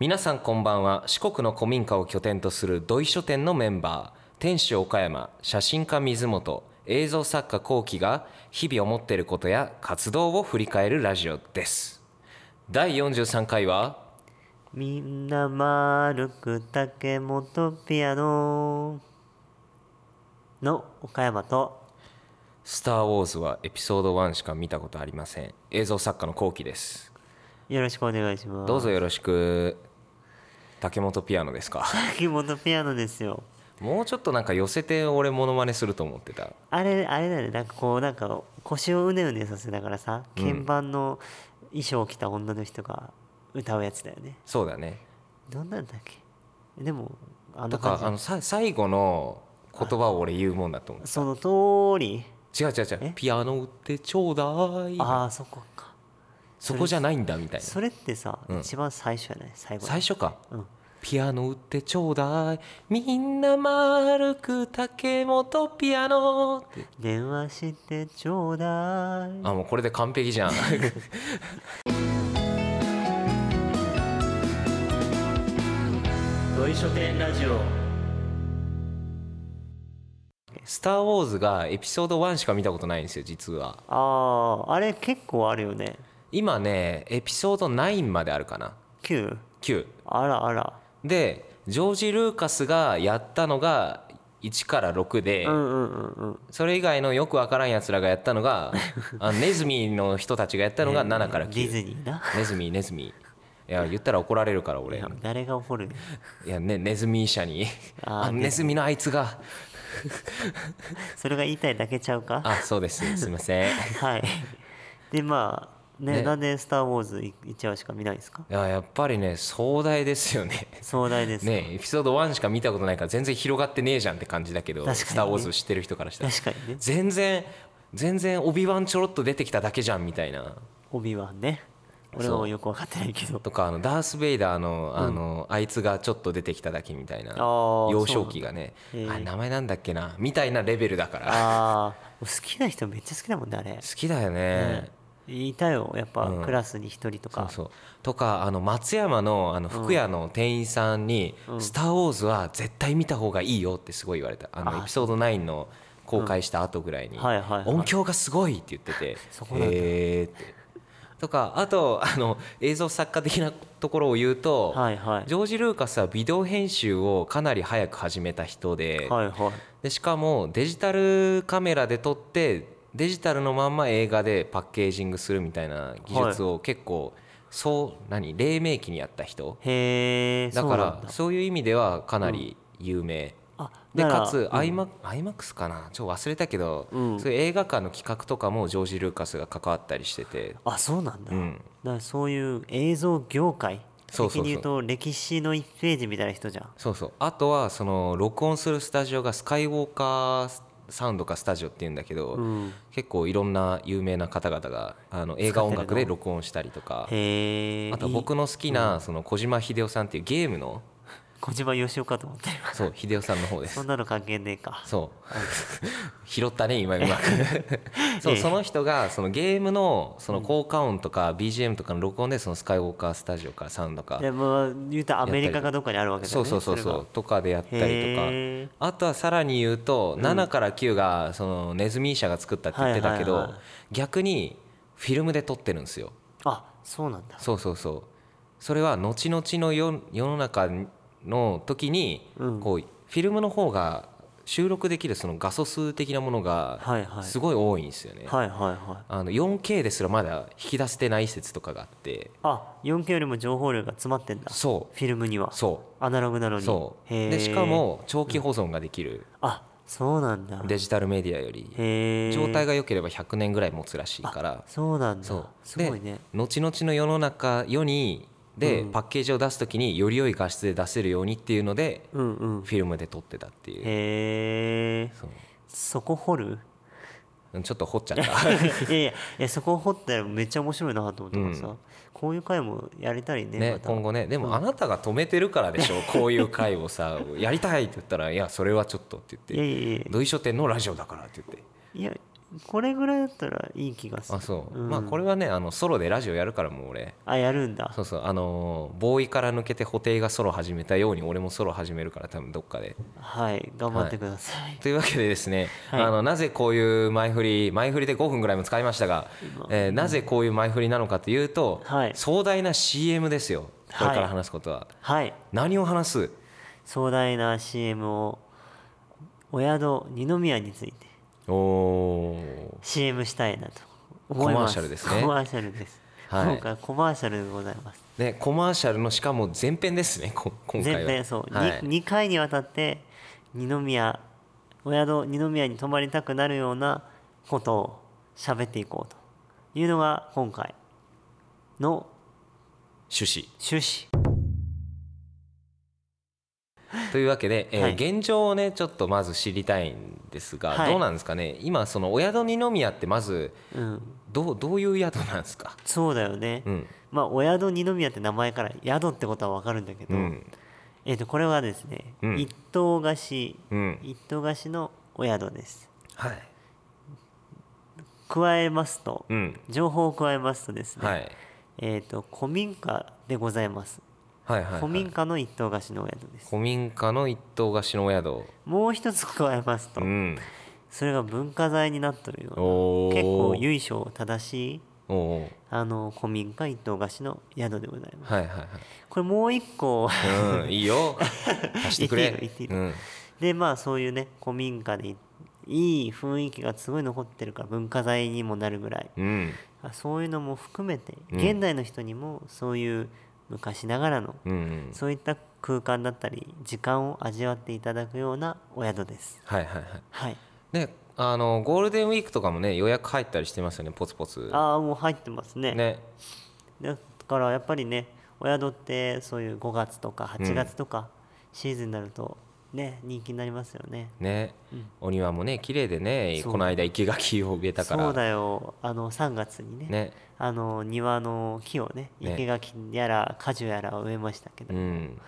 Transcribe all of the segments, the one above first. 皆さんこんばんは四国の古民家を拠点とする土井書店のメンバー店主岡山写真家水本映像作家幸喜が日々思っていることや活動を振り返るラジオです第43回はみんな丸く竹本ピアノの岡山と「スター・ウォーズ」はエピソード1しか見たことありません映像作家の幸喜ですよろしくお願いします。どう ぞよろしく竹本ピアノです か竹本ピアノですよ。もうちょっとなんか寄せて俺モノマネすると思ってたあれあれだねなんかこうなんか腰をうねうねさせながらさうん鍵盤の衣装を着た女の人が歌うやつだよね。そうだねどんなんだっけでもあとの感かじあのさ最後の言葉を俺言うもんだと思うその通り違う違う違うえピアノ売ってちょうだいああそこか。そこじゃないんだみたいなそれってさ、うん一番最初やない最後最初かうんピアノ売ってちょうだいみんな丸く竹本ピアノって電話してちょうだいあもうこれで完璧 じゃん土井書店ラジオスター・ウォーズがエピソード1しか見たことないんですよ実はあああれ結構あるよね今ねエピソード9まであるかな9 9あらあらでジョージ・ルーカスがやったのが1から6で、うんうんうんうんそれ以外のよくわからんやつらがやったの があネズミの人たちがやったのが7からディズ9、ニーなネズミネズミいや言ったら怒られるから俺い誰が怒 るのや、ね、ネズミ医者にあーあのネズミのあいつがそれが言いたいだけちゃうかあそうですすいませんいはいでまあねねなんで「スター・ウォーズ」1話しか見ないんですかややっぱりね壮大ですよね壮大です、ねエピソード1しか見たことないから全然広がってねえじゃんって感じだけど「確かにねスター・ウォーズ」知ってる人からしたら確かにね全然全然オビワンちょろっと出てきただけじゃんみたいな帯はね俺もよく分かってないけどとかあのダース・ベイダーのあの、あいつがちょっと出てきただけみたいなあー幼少期がねそうなんだあへー名前なんだっけなみたいなレベルだからああ好きな人めっちゃ好きだもんねあれ好きだよね、いたよやっぱ、うんクラスに一人そとかうそうとかあの松山のあの服屋の店員さんに「うんスター・ウォーズ」は絶対見た方がいいよってすごい言われたあのあーエピソード9の公開した後ぐらいに、はいはいはい音響がすごいって言っててそこなんだへーってとかあとあの映像作家的なところを言うと、はいはいジョージ・ルーカスはビデオ編集をかなり早く始めた人で,、はいはいでしかもデジタルカメラで撮ってデジタルのまんま映画でパッケージングするみたいな技術を結構、そう何黎明期にやった人へえだからそうだいう意味ではかなり有名、あでならかつうん iMac IMAX かなちょっと忘れたけど、うんそういう映画館の企画とかもジョージ・ルーカスが関わったりしてて、あそうなんだ、うだん、からそういう映像業界そうそうそう的に言うと歴史の1ページみたいな人じゃんそうそうあとはその録音するスタジオがスカイウォーカーサウンドかスタジオっていうんだけど、うん結構いろんな有名な方々があの映画音楽で録音したりとかへえあと僕の好きなその小島秀夫さんっていうゲームの小島よしおかと思ってる そう秀夫さんの方で そすんなの関係ねえかそう拾ったね今う まくそうええその人がそのゲームのその効果音とか BGM とかの録音でそのスカイウォーカースタジオかサウンドかでも言うたらアメリカかどっかにあるわけだそようねそうそうれがそうとかでやったりとかへーあとはさらに言うと7から9がそのネズミ医者が作ったって言ってたけはいはいどはい逆にフィルムで撮ってるんですよあそうなんだそうそうそうそれは後々の世世の中の時にうんこうフィルムの方が収録できるその画素数的なものがはいはいすごい多いんですよねはいはいはいあの 4K ですらまだ引き出せてない説とかがあってあ 4K よりも情報量が詰まってんだフそうィルムにはそアナログなのうにそうへーでしかも長期保存ができるあそうなんだデジタルメディアよりへえ状態が良ければ100年ぐらい持つらしいからそうなんだそうすごいね後々の世の中世にでうんパッケージを出す時により良い画質で出せるようにっていうのでうんうんフィルムで撮ってたっていうへえそうそこ掘 るうんちょっと掘っちゃ ったいやいやいやそこ掘ったらめっちゃ面白いなと思ったからさ、うこういう回もやれたりねねまた今後ねでもあなたが止めてるからでし ょこういう回をさやりたいって言ったらいやそれはちょっとっていや言っていやいや土井書店のラジオだからって言っていやこれぐらいだったらいい気がするあそう、んまあこれはねあのソロでラジオやるからもう俺あやるんだそうそうあのーボーイから抜けて布袋がソロ始めたように俺もソロ始めるから多分どっかで。はい頑張ってください、というわけでですね、はいあのなぜこういう前振り前振りで5分ぐらいも使いましたが、えーなぜこういう前振りなのかというと、はい壮大な CM ですよこれから話すことは、はい、何を話す壮大な CM をお宿二宮についておー CM したいなと思いコマますーシャルですねコマーシャルです、はい今回コマーシャルでございますねコマーシャルのしかも前編ですねこ今回は前編そう、はにい二回にわたって二宮お宿二宮に泊まりたくなるようなことを喋っていこうというのが今回の趣趣旨旨というわけで、えーはい現状をねちょっとまず知りたいんですが、はいどうなんですかね今そのお宿二宮ってまずうんどうどういう宿なんですか、そうだよね、うんまあお宿二宮って名前から宿ってことは分かるんだけど、うんえっとこれはですね、うん一棟貸しうん、一棟貸しのお宿ですはい、加えますと、うん情報を加えますとですね、はい、えっ、と古民家でございます、はいはいはい古民家の一棟貸しのお宿です古民家の一棟貸しのお宿もう一つ加えますと、うんそれが文化財になってるようなおー結構由緒正しいおおあの古民家一棟貸しの宿でございますはいはいこれもう一個はいうんいい よ貸してくれ言っていいの言ってういいんでまあそういうね古民家でいい雰囲気がすごい残ってるから文化財にもなるぐらいうんあそういうのも含めて現代の人にもそういう昔ながらの、うんうんそういった空間だったり時間を味わっていただくようなお宿ですはいはいはいはいであのゴールデンウィークとかもね予約入ったりしてますよねポツポツああもう入ってますねねだからやっぱりねお宿ってそういう5月とか8月とかシーズンになるとね人気になりますよねねお庭もね綺麗でねこの間生垣を植えたかそうらだよあの3月にねねあの庭の木をねね生垣やら果樹やらを植えましたけど、うん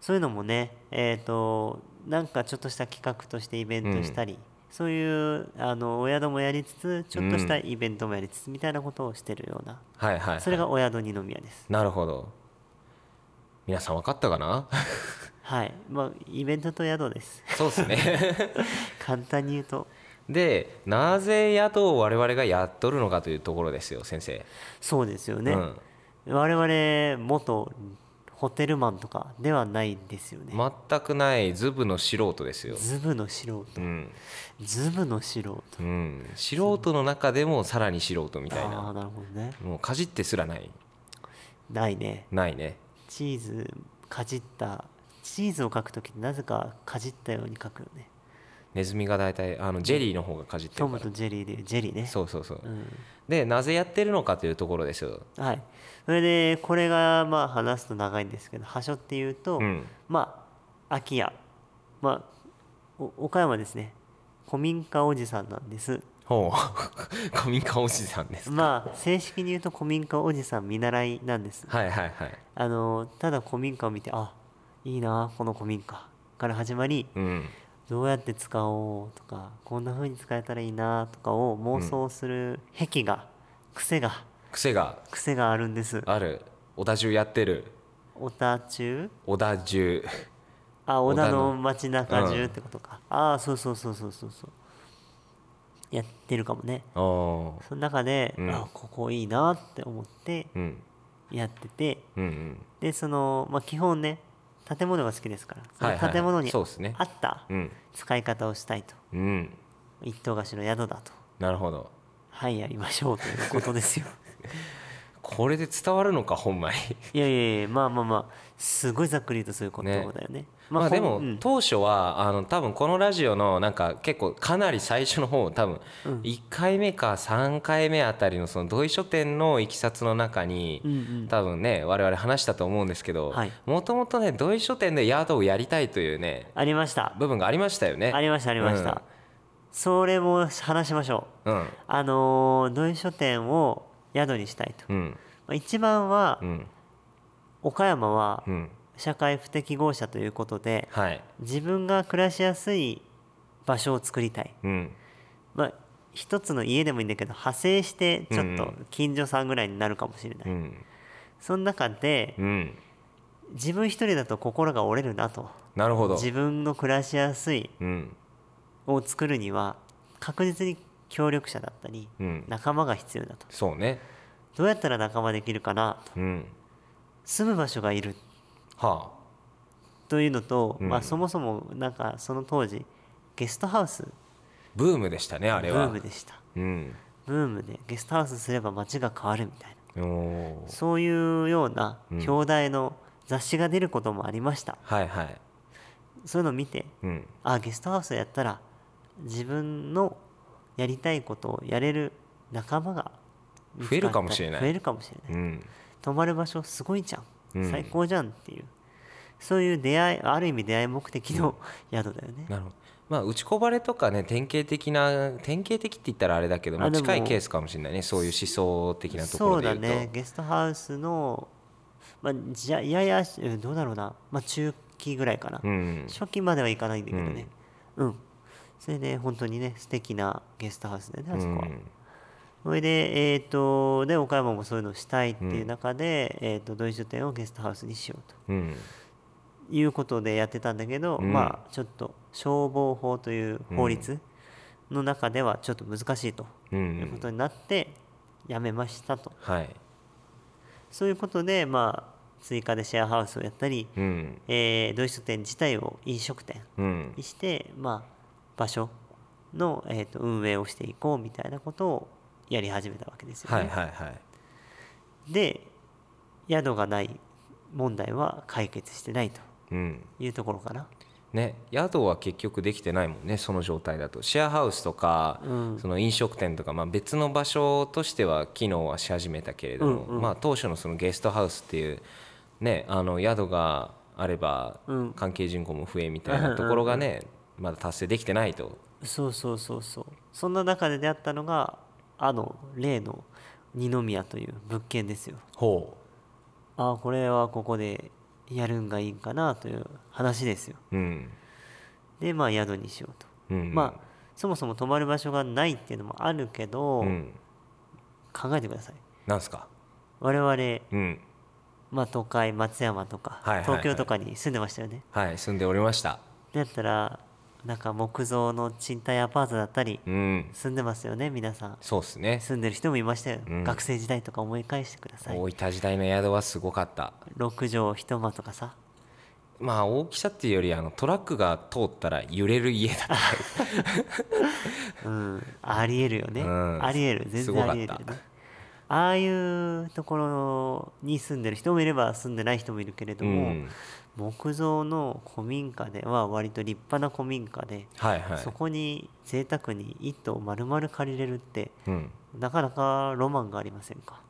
そういうのもねえっ、となんかちょっとした企画としてイベントしたり、そういうあのお宿もやりつつちょっとしたイベントもやりつつみたいなことをしてるような、はいはいそれがお宿二宮ですなるほど皆さん分かったかな はいまあイベントと宿ですそうですね簡単に言うとでなぜ宿を我々がやっとるのかというところですよ先生そうですよね、うん我々元ホテルマンとかではないんですよね、全くないズブの素人ですよ、ズブの素人うんズブの素人うん、素人の中でもさらに素人みたいあなあなるほどねもうかじってすらないないねないねチーズかじったチーズを描く時ってなぜかかじったように描くよねネズミが大体あのジェリーの方がかじってトるかムとジェリーでジェリーねらそうそうそう、んでなぜやってるのかというところですよ、はいそれでこれがまあ話すと長いんですけど場所っていうと、うん、まあ空き家まあお岡山ですね古民家おじさんなんですほう 古民家おじさんですまあ正式に言うと古民家おじさん見習いなんですはいはいはいあのただ古民家を見てあいいなこの古民家から始まりうんどうやって使おうとかこんな風に使えたらいいなとかを妄想する癖が、癖が癖が癖があるんですある小田中やってる小田中小田中あ小小田田のの街中う中んってことか、ああそうそうそうそうそうそうやってるかもねおーその中で、うんあここいいなって思ってうんやっててうんうんでその、まあ、基本ね建物が好きですからそはいはいはいの建物にそうですね合ったうん使い方をしたいと、うん一棟貸しの宿だとなるほどはいやりましょうということで すよこれで伝わるのか本来いやいやいやまあまあまあすごいざっくり言うとそういうことだよねまあほんでもうん当初はあの多分このラジオのなんか結構かなり最初の方多分1回目か3回目あたりのその土井書店のいきさつの中にうんうん多分ね我々話したと思うんですけどはいもともとね土井書店で宿をやりたいというねありました部分がありましたよねありましたありました、それも話しましょううんあのー土井書店を宿にしたいと、うんまあ一番はうん岡山はうん社会不適合者ということではい自分が暮らしやすい場所を作りたいうんまあ一つの家でもいいんだけど派生してちょっうんと近所さんぐらいになるかもしれない、うんその中でうん自分一人だと心が折れるなとなるほど自分の暮らしやすいうんを作るには確実に協力者だったりうん仲間が必要だとそうねどうやったら仲間できるかなうん住む場所がいるはというのと、うんまあ、そもそもなんかその当時ゲストハウスあブームでしたねあブれはームでしたうんブームでゲストハウスすれば街が変わるみたいおなーそういうようなうん表題の雑誌が出ることもありました、はいはいそういうのを見てうんあゲストハウスやったら自分のやりたいことをやれる仲間が見つ増えるっかたもしれない増えるかもしれないうん泊まる場所すごいじゃん、うん最高じゃんっていうそういう出会いある意味出会い目的の宿だよね、なるほどまあ打ち込まれとかね典型的な典型的って言ったらあれだけど、まああでも近いケースかもしれないねそういう思想的なとこそろうでだ言うとねゲストハウスの、まあ、じゃややうんどうだろうな、まあ、中期ぐらいかな、うん初期まではいかないんだけどねうん、それで本当にね素敵なゲストハウスだよねあそこは、うんそれでえっ、とで岡山もそういうのをしたいっていう中で、えー、とドイツ店をゲストハウスにしようとうんいうことでやってたんだけど、うんまあちょっと消防法という法律の中ではちょっと難しいとうんいうことになってやめましたと、はいそういうことでまあ追加でシェアハウスをやったり、うんえー、ドイツ店自体を飲食店うんにして、まあ、場所の、えー、と運営をしていこうみたいなことをやり始めたわけですよね。はいはいはいで宿がない問題は解決してないとうんいうところかな。ね、宿は結局できてないもんねその状態だとシェアハウスとか、うんその飲食店とか、まあ、別の場所としては機能はし始めたけれども、うんうんまあ、当初のそのゲストハウスっていう、ね、あの宿があればうん関係人口も増えみたいなところがね、まだ達成できてないとそうそうそうそうそんな中で出会ったのがあの例の二宮という物件ですよ。ほああこれはここでやるんがいいんかなという話ですよ。う、うんでまあ宿にしようと。うん、まあそもそも泊まる場所がないっていうのもあるけど、うん、考えてくださいなんすか、我々、うんまあ、東海松山とか、はいはいはい東京とかに住んでましたよねはい、住んでおりました、だったらなんか木造の賃貸アパートだったりうん、住んでますよね皆さんそうっすね住んでる人もいましたよ、うん学生時代とか思い返してください大分時代の宿はすごかった6畳一間とかさまあ大きさっていうよりあのトラックが通ったら揺れる家だったうんありえるよね、うんありえる全すごか然ったありえるよねああいうところに住んでる人もいれば住んでない人もいるけれども、うん木造の古民家では割と立派な古民家で、はいはいそこに贅沢に一棟丸々借りれるってうん、なかなかロマンがありませんか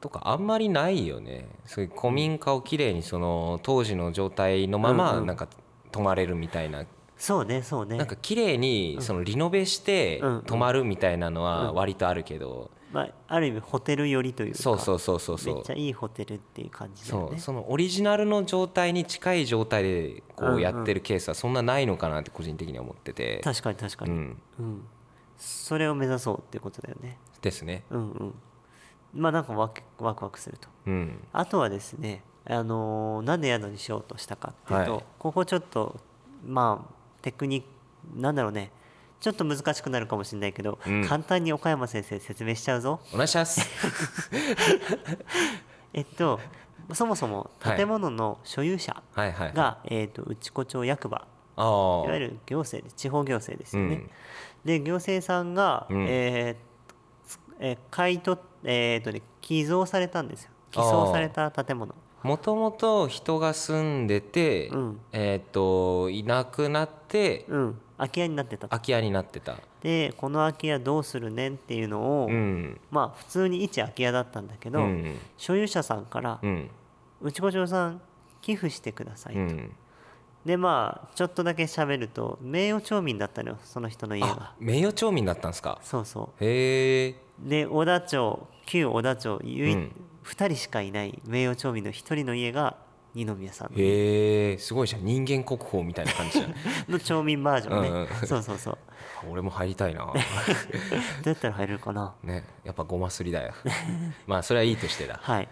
とかあんまりないよねそういう古民家をきれいにその当時の状態のまうんまうんなんか泊まれるみたいな、そうねそうねなんかきれいにそのリノベしてうん泊まるみたいなのは割とあるけど、まあ、ある意味ホテル寄りというかそうそうそうそうそめっうちゃいいホテルっていう感じだよそねうそのオリジナルの状態に近い状態でこうやってるケースはそんなないのかなって個人的には思ってて、確かに確かうに、ん、うん、それを目指そうっていうことだよねですねうんうんまあなんかワクワクワクするとうんあとはですねあのーなんで宿にしようとしたかっていうと、はいここちょっとまあテクニックなんだろうねちょっと難しくなるかもしれないけど、うん簡単に岡山先生説明しちゃうぞお願いします、 えっとそもそもはい建物の所有者はいはいが、えー、と内子町役場ああいわゆる行政で地方行政ですよね。うんで行政さんが、うんえーつえー買い取っえーとね寄贈されたんですよ寄贈された建物。もともと人が住んでて、うんえっ、といなくなってうん、空き家になってたと空き家になってたでこの空き家どうするねんっていうのを、うんまあ普通に一空き家だったんだけうど、ん所有者さんからう、ん内子町さん寄付してくださいと、うんでまあちょっとだけ喋ると名誉町民だったのよその人の家があ名誉町民だったんですかそうそへえうで小田町旧小田町唯一、うん2人しかいない名誉町民の1人の家が二宮さんのへえすごいじゃん人間国宝みたいな感 じじゃんの町民バージョンね、うんうんそうそうそう俺も入りたいなどうやったら入れるかなねやっぱごますりだよまあそれはいいと してだはい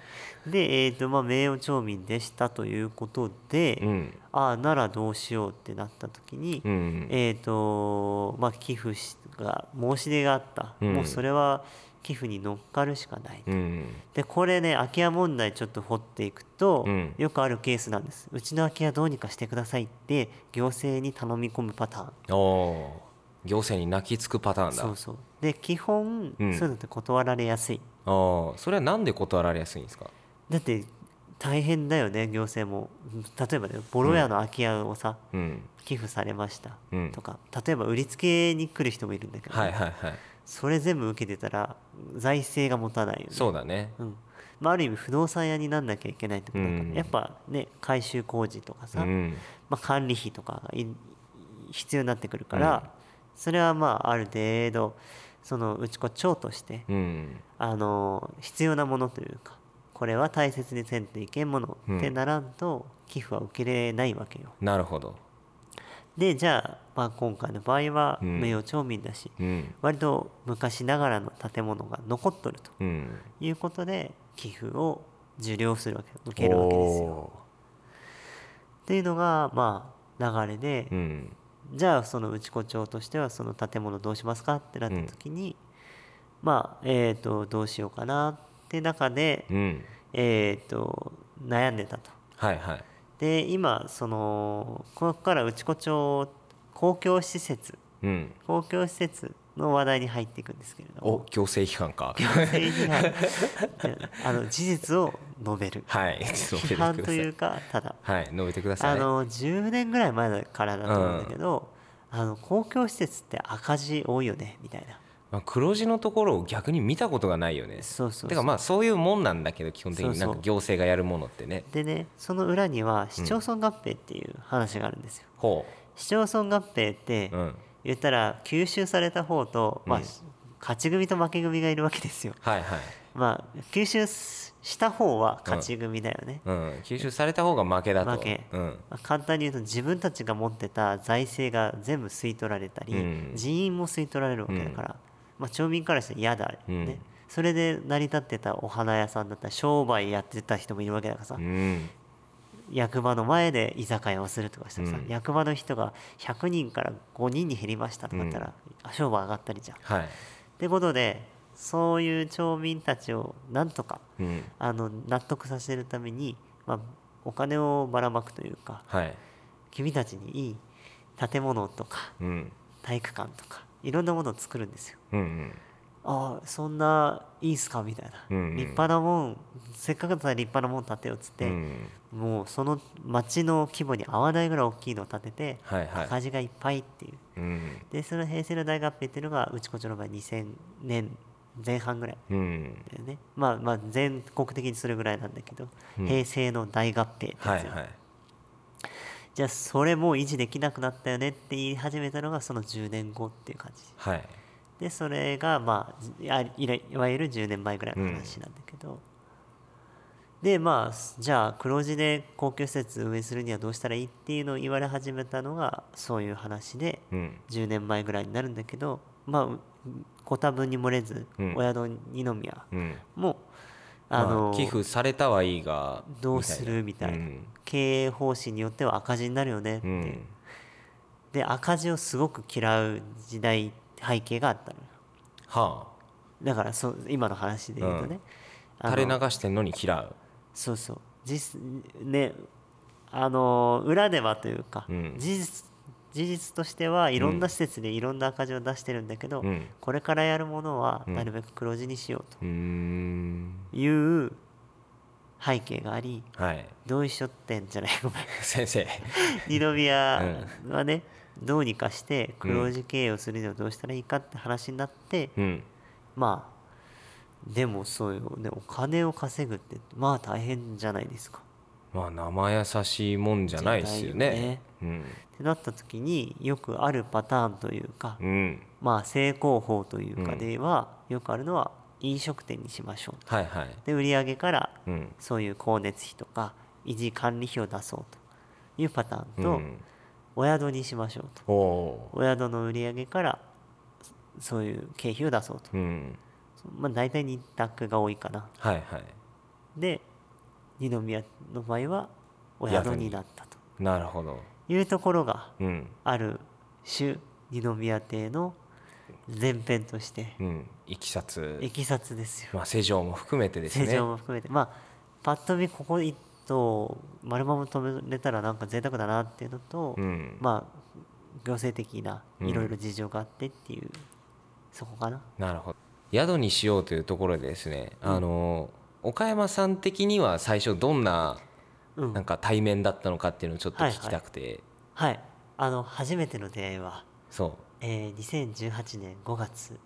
でえっ、とまあ名誉町民でしたということで、うんああならどうしようってなった時に、うんえっ、とまあ寄付しが申し出があった、うんもうそれは寄付に乗っかるしかない、うんでこれね空き家問題ちょっと掘っていくと、うんよくあるケースなんですうちの空き家どうにかしてくださいって行政に頼み込むパターンおおー行政に泣きつくパターンだそうそうで基本、うんそういうのって断られやすいああそれはなんで断られやすいんですかだって大変だよね行政も例えばねボロ屋の空き家をさ、うん寄付されました、うんとか例えば売りつけに来る人もいるんだけどね、はいはいはいそれ全部受けてたら財政が持たないよねそうだねうんまあ、ある意味不動産屋になんなきゃいけないってことだから、うんやっぱね改修工事とかうさ、んまあ、管理費とかがい必要になってくるから、それはまあある程度そのうちこ長として、うんあの必要なものというかこれは大切にせんといけんものうんってならんと寄付は受けれないわけよ。なるほどでじゃあ,、まあ今回の場合はうん名誉町民だし、うん割と昔ながらの建物が残っとるとうんいうことで寄付を受領するわけ受けるわけですよ。おっていうのがまあ流れで、ーうんじゃあその内子町としてはその建物どうしますかってなった時に、まあえっ、とどうしようかなって中で、うんえっ、と悩んでたと。はいはいで今そのここから内子町公共施設うん公共施設の話題に入っていくんですけれどおも行政批判 か政治があの事実を述べるはいちょっと批判といううかただはい述べてくださいあの10年ぐらい前からだと思うんだけど、あの公共施設って赤字多いよねみたいなまあ、黒字のところを逆に見たことがないよねそうそうそうてかまあそういうもんなんだけど基本的にそなうんそかう行政がやるものってねでねその裏には市町村合併っていう話があるんですよ、ほ市町村合併ってう、うん、言ったら吸収された方と、まあうん勝ち組と負け組がいるわけですよはいはい、まあ吸収すした方は勝ち組だよね、うん、吸収された方が負けだと負けうんまあ簡単に言うと自分たちが持ってた財政が全部吸い取られたり、うん人員も吸い取られるわけだから、まあ、町民からしたら嫌だね、うんそれで成り立ってたお花屋さんだったり商売やってた人もいるわけだからさ、うん役場の前で居酒屋をするとかしたらさ、うん役場の人が100人から5人に減りましたとかだったら、商売上がったりじゃん。っはい、てことでそういう町民たちをなんとかうんあの納得させるために、まあ、お金をばらまくというか、はい君たちにいい建物とかうん、体育館とかいろんなものを作るんですよ。うんうんああそんないいんすかみたいな、うんうん立派なもんせっかくだったら立派なもん建てようっつって、うんもうその町の規模に合わないぐらい大きいのを建てて、はいはい赤字がいっぱいっていううんでその平成の大合併っていうのがうちこちの場合2000年前半ぐらいうんだよねまあまあ全国的にそれぐらいなんだけど、うん平成の大合併ってやつよはいはいじゃあそれもう維持できなくなったよねって言い始めたのがその10年後っていう感じはいでそれがまあいやいらいわゆる10年前ぐらいの話なんだけど、でまあすじゃあ黒字で公共施設運営するにはどうしたらいいっていうのを言われ始めたのがそういう話でうん10年前ぐらいになるんだけどまあうご多分に漏れず、うん親の二宮うんもまああの、寄付されたはいいがどうするみたいな、うん経営方針によっては赤字になるよねってういう、んで赤字をすごく嫌う時代背景があったのよはだからそう今の話で言うとね、ああの垂れ流してんのに嫌うそうそう実ねあの裏ではというか、うん事実事実としてはいろんな施設でいろんな赤字を出してるんだけど、うんこれからやるものはなるべく黒字にしよううーんという背景がありはい 同意書ってんじゃないごめん先生 二宮はね、どうにかして黒字経営をするにはどうしたらいいかって話になって、うんまあでもそうよねお金を稼ぐってまあ大変じゃないですかまあ生優しいもんじゃないですよねってなった時によくあるパターンというか、うんうんまあ成功法といううかんでは、よくあるのは飲食店にしましょうはいはいで売り上げからうんそういう光熱費とか維持管理費を出そうというパターンうと、ん、お宿にしましょうとおおお宿の売り上げからそういう経費を出そうと、ー、うん、まあ、大体2択が多いかなはいはいで二宮の場合はお宿になったとなるほど、いうところがうんある種二宮邸の前編としてうん、いきさつい、きさつですよまあ、施錠も含めてですね成長も含めてまあパッと見ここ一棟丸まま止めれたらなんか贅沢だなっていうのと、うんまあ行政的なうんいろいろ事情があってっていう、そこかななるほど宿にしようというところでですね、あの岡山さん的には最初どんなうんなんか対面だったのかっていうのをちょっとはい聞きたくて、はいあの初めての出会いは、そえー2018年5月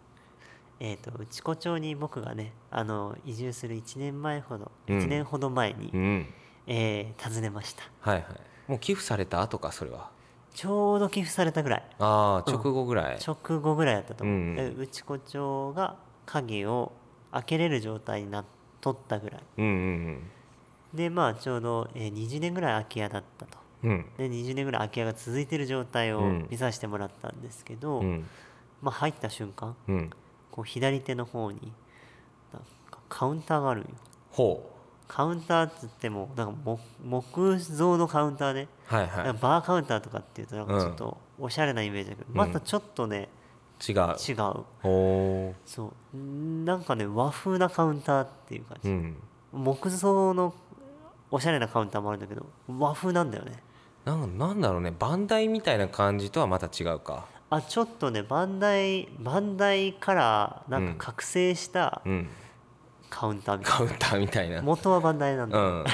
えー、と内子町に僕がねあの移住する1年前ほど、うん1年ほど前に、ううんえー訪ねましたはいはいもう寄付された後かそれはちょうど寄付されたぐらいああ直後ぐらい、直後ぐらいだったと思う、うんうんうちこ町が鍵を開けれる状態になっとったぐらいうんうんでまあちょうど、えー20年ぐらい空き家だったとうんうんで20年ぐらい空き家が続いてる状態をうん見させてもらったんですけど、うんまあ入った瞬間うんこう左手の方になんかカウンターがあるんよほカウンターっつってもなんか木木造のカウンターで、うはいなんはかバーカウンターとかっていうとなんかちょっとおしゃれなイメージだけど、またちょっとねい違う違うほそうんなんかね和風なカウンターっていう感ううじ、ん木造のおしゃれなカウンターもあるんだけど和風なんだよねなんなんだろうねバンダイみたいな感じとはまた違うかあちょっとねバンダイバンダイからなんか覚醒したうんカウンターみたいな、カウンターみたいな元はバンダイなんだうよ、ん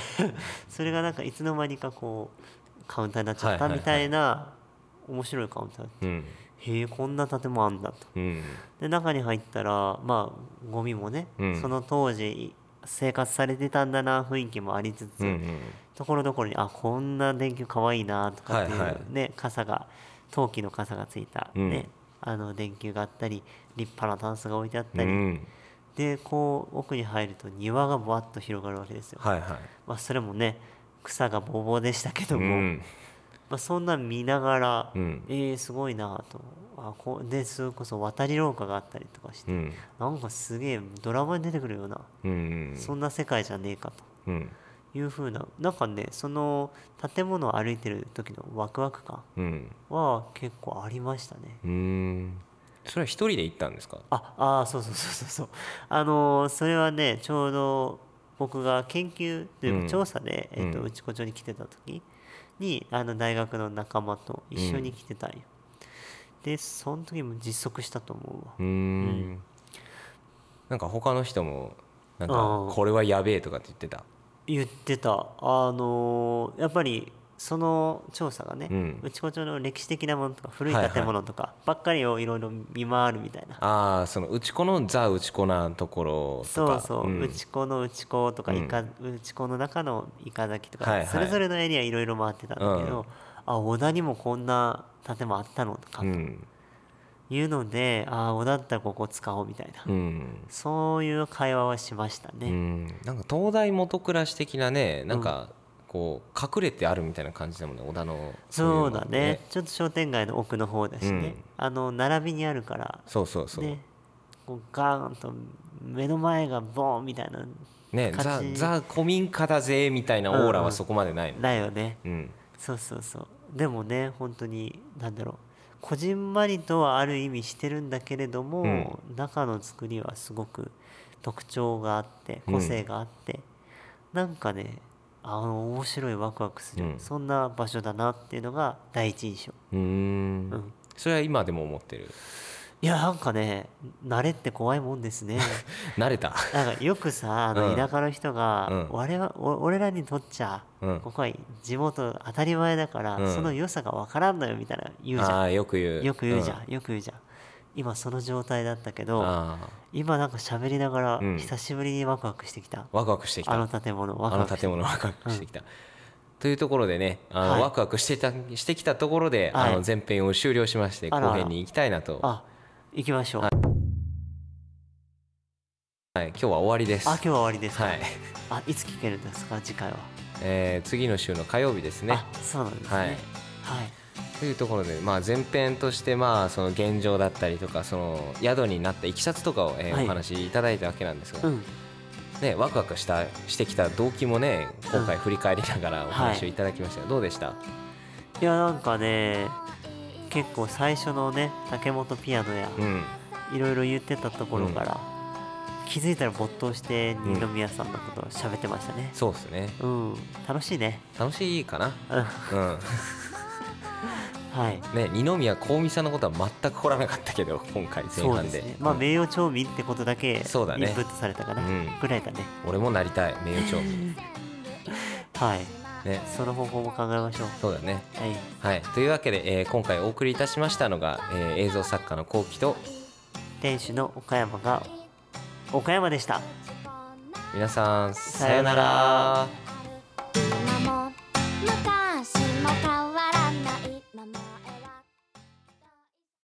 それがなんかいつの間にかこうカウンターになっちゃったはいはいはいみたいな面白いカウンターうんへえこんな建物あんだとうんで中に入ったらまあゴミもね、うんその当時生活されてたんだな雰囲気もありつつ、うんうんところどころにあこんな電球かわいいなとかっていうね、はいはい傘が陶器の傘がついた、うんねあの電球があったり立派なタンスが置いてあっうたり、んでこう奥に入ると庭がわっと広がるわけですよ、はいはいまあ、それもね草がぼうぼうでしたけどうも、んまあ、そんなん見ながら、うんえー、すごいなとあこうでそれこそ渡り廊下があったりとかして、うんなんかすげえドラマに出てくるような、うんそんな世界じゃねえかとうんいう風ななんかねその建物を歩いてる時のワクワク感うんは結構ありましたねうんそれは一人で行ったんですかああーそうそうそうそうそうあのーそれはねちょうど僕が研究といううんか調査で、えっとうん内子町に来てた時にあの大学の仲間と一緒に来てたんよ、でその時も実測したと思うわうーんなんか他の人もなんあかーこれはやべえとかって言ってた言ってたあのーやっぱりその調査がね、うん内子町の歴史的なものとか古いはいはい建物とかばっかりをいろいろ見回るみたいな、ああそのうちこのザうちこなところとそうかそう、ん内子の内子とかうんいか、内子の中のイカ崎とか、はいはいそれぞれのエリアいろいろ回ってたんだけど、うんあ小田にもこんな建物あったのとかうんいうので、あ小田だったらここ使おうみたいな、うんそういう会話はしましたうね、んなんか東大元暮らし的なねなんかこう隠れてあるみたいな感じだもんね小田のそういのだもねちょっと商店街の奥の方だしね、うんあの並びにあるからそうそうそうねこうガーンと目の前がボーンみたいなねザ感じザ古民家だぜみたいなオーラはそこまでないもんだよねうんそうそうそうでもね本当に何だろうこじんまりとはある意味してるんだけれども、中の作りはすごく特徴があってうん個性があって、なんかねあの面白いワクワクする、うんそんな場所だなっていうのが第一印象うーんうんそれは今でも思ってる いやなんかね慣れって怖いもんです ね慣れたなんかよくさあうのん田舎の人が、うん我はお俺らにとっちゃ、うんここは地元当たり前だから、うんその良さが分からんのよみたいな言うじあゃあよく言うんよく言うじゃん、よく言うじゃん今その状態だったけどああ今なんか喋りながら、うん久しぶりにワクワクしてきたワクワクしてきたあの建物ワクあワのクして建物 ワクワクしてきた、というところでねあの、はいワクワクしてたしてきたところで、はいあの前編を終了しましてあらあ後ら編に行きたいなと、あ行きましょう、はい、今日は終わりですあ今日は終わりですか、はい、あいつ聞けるんですか次回はえー次の週の火曜日ですねあそうなんですねははいい、というところで、まあ、前編としてまあその現状だったりとかその宿になったいきさつとかを、えーはいお話しいただいたわけなんですが、うんね、ワクワクしたしてきた動機もね今回振り返りながらお話をはいいただきましたが、どうでしたいやなんかね結構最初のね竹本ピアノやうんいろいろ言ってたところから、気づいたら没頭してうん二宮さんのことを喋ってましたねそうですねうん、楽しいね楽しいかなうん うんはいね二宮香美さんのことは全く掘らなかったけど今回前そう半でですねまあうん名誉町民ってことだけインプそうだねットされたかな、うんぐらいだね俺もなりたい名誉町 民はいねその方法も考えましょうそうだねははいいというわけで、えー今回お送りいたしましたのが、えー映像作家のこうきと店主の岡山が岡山でした皆さんさようなさようならら今も昔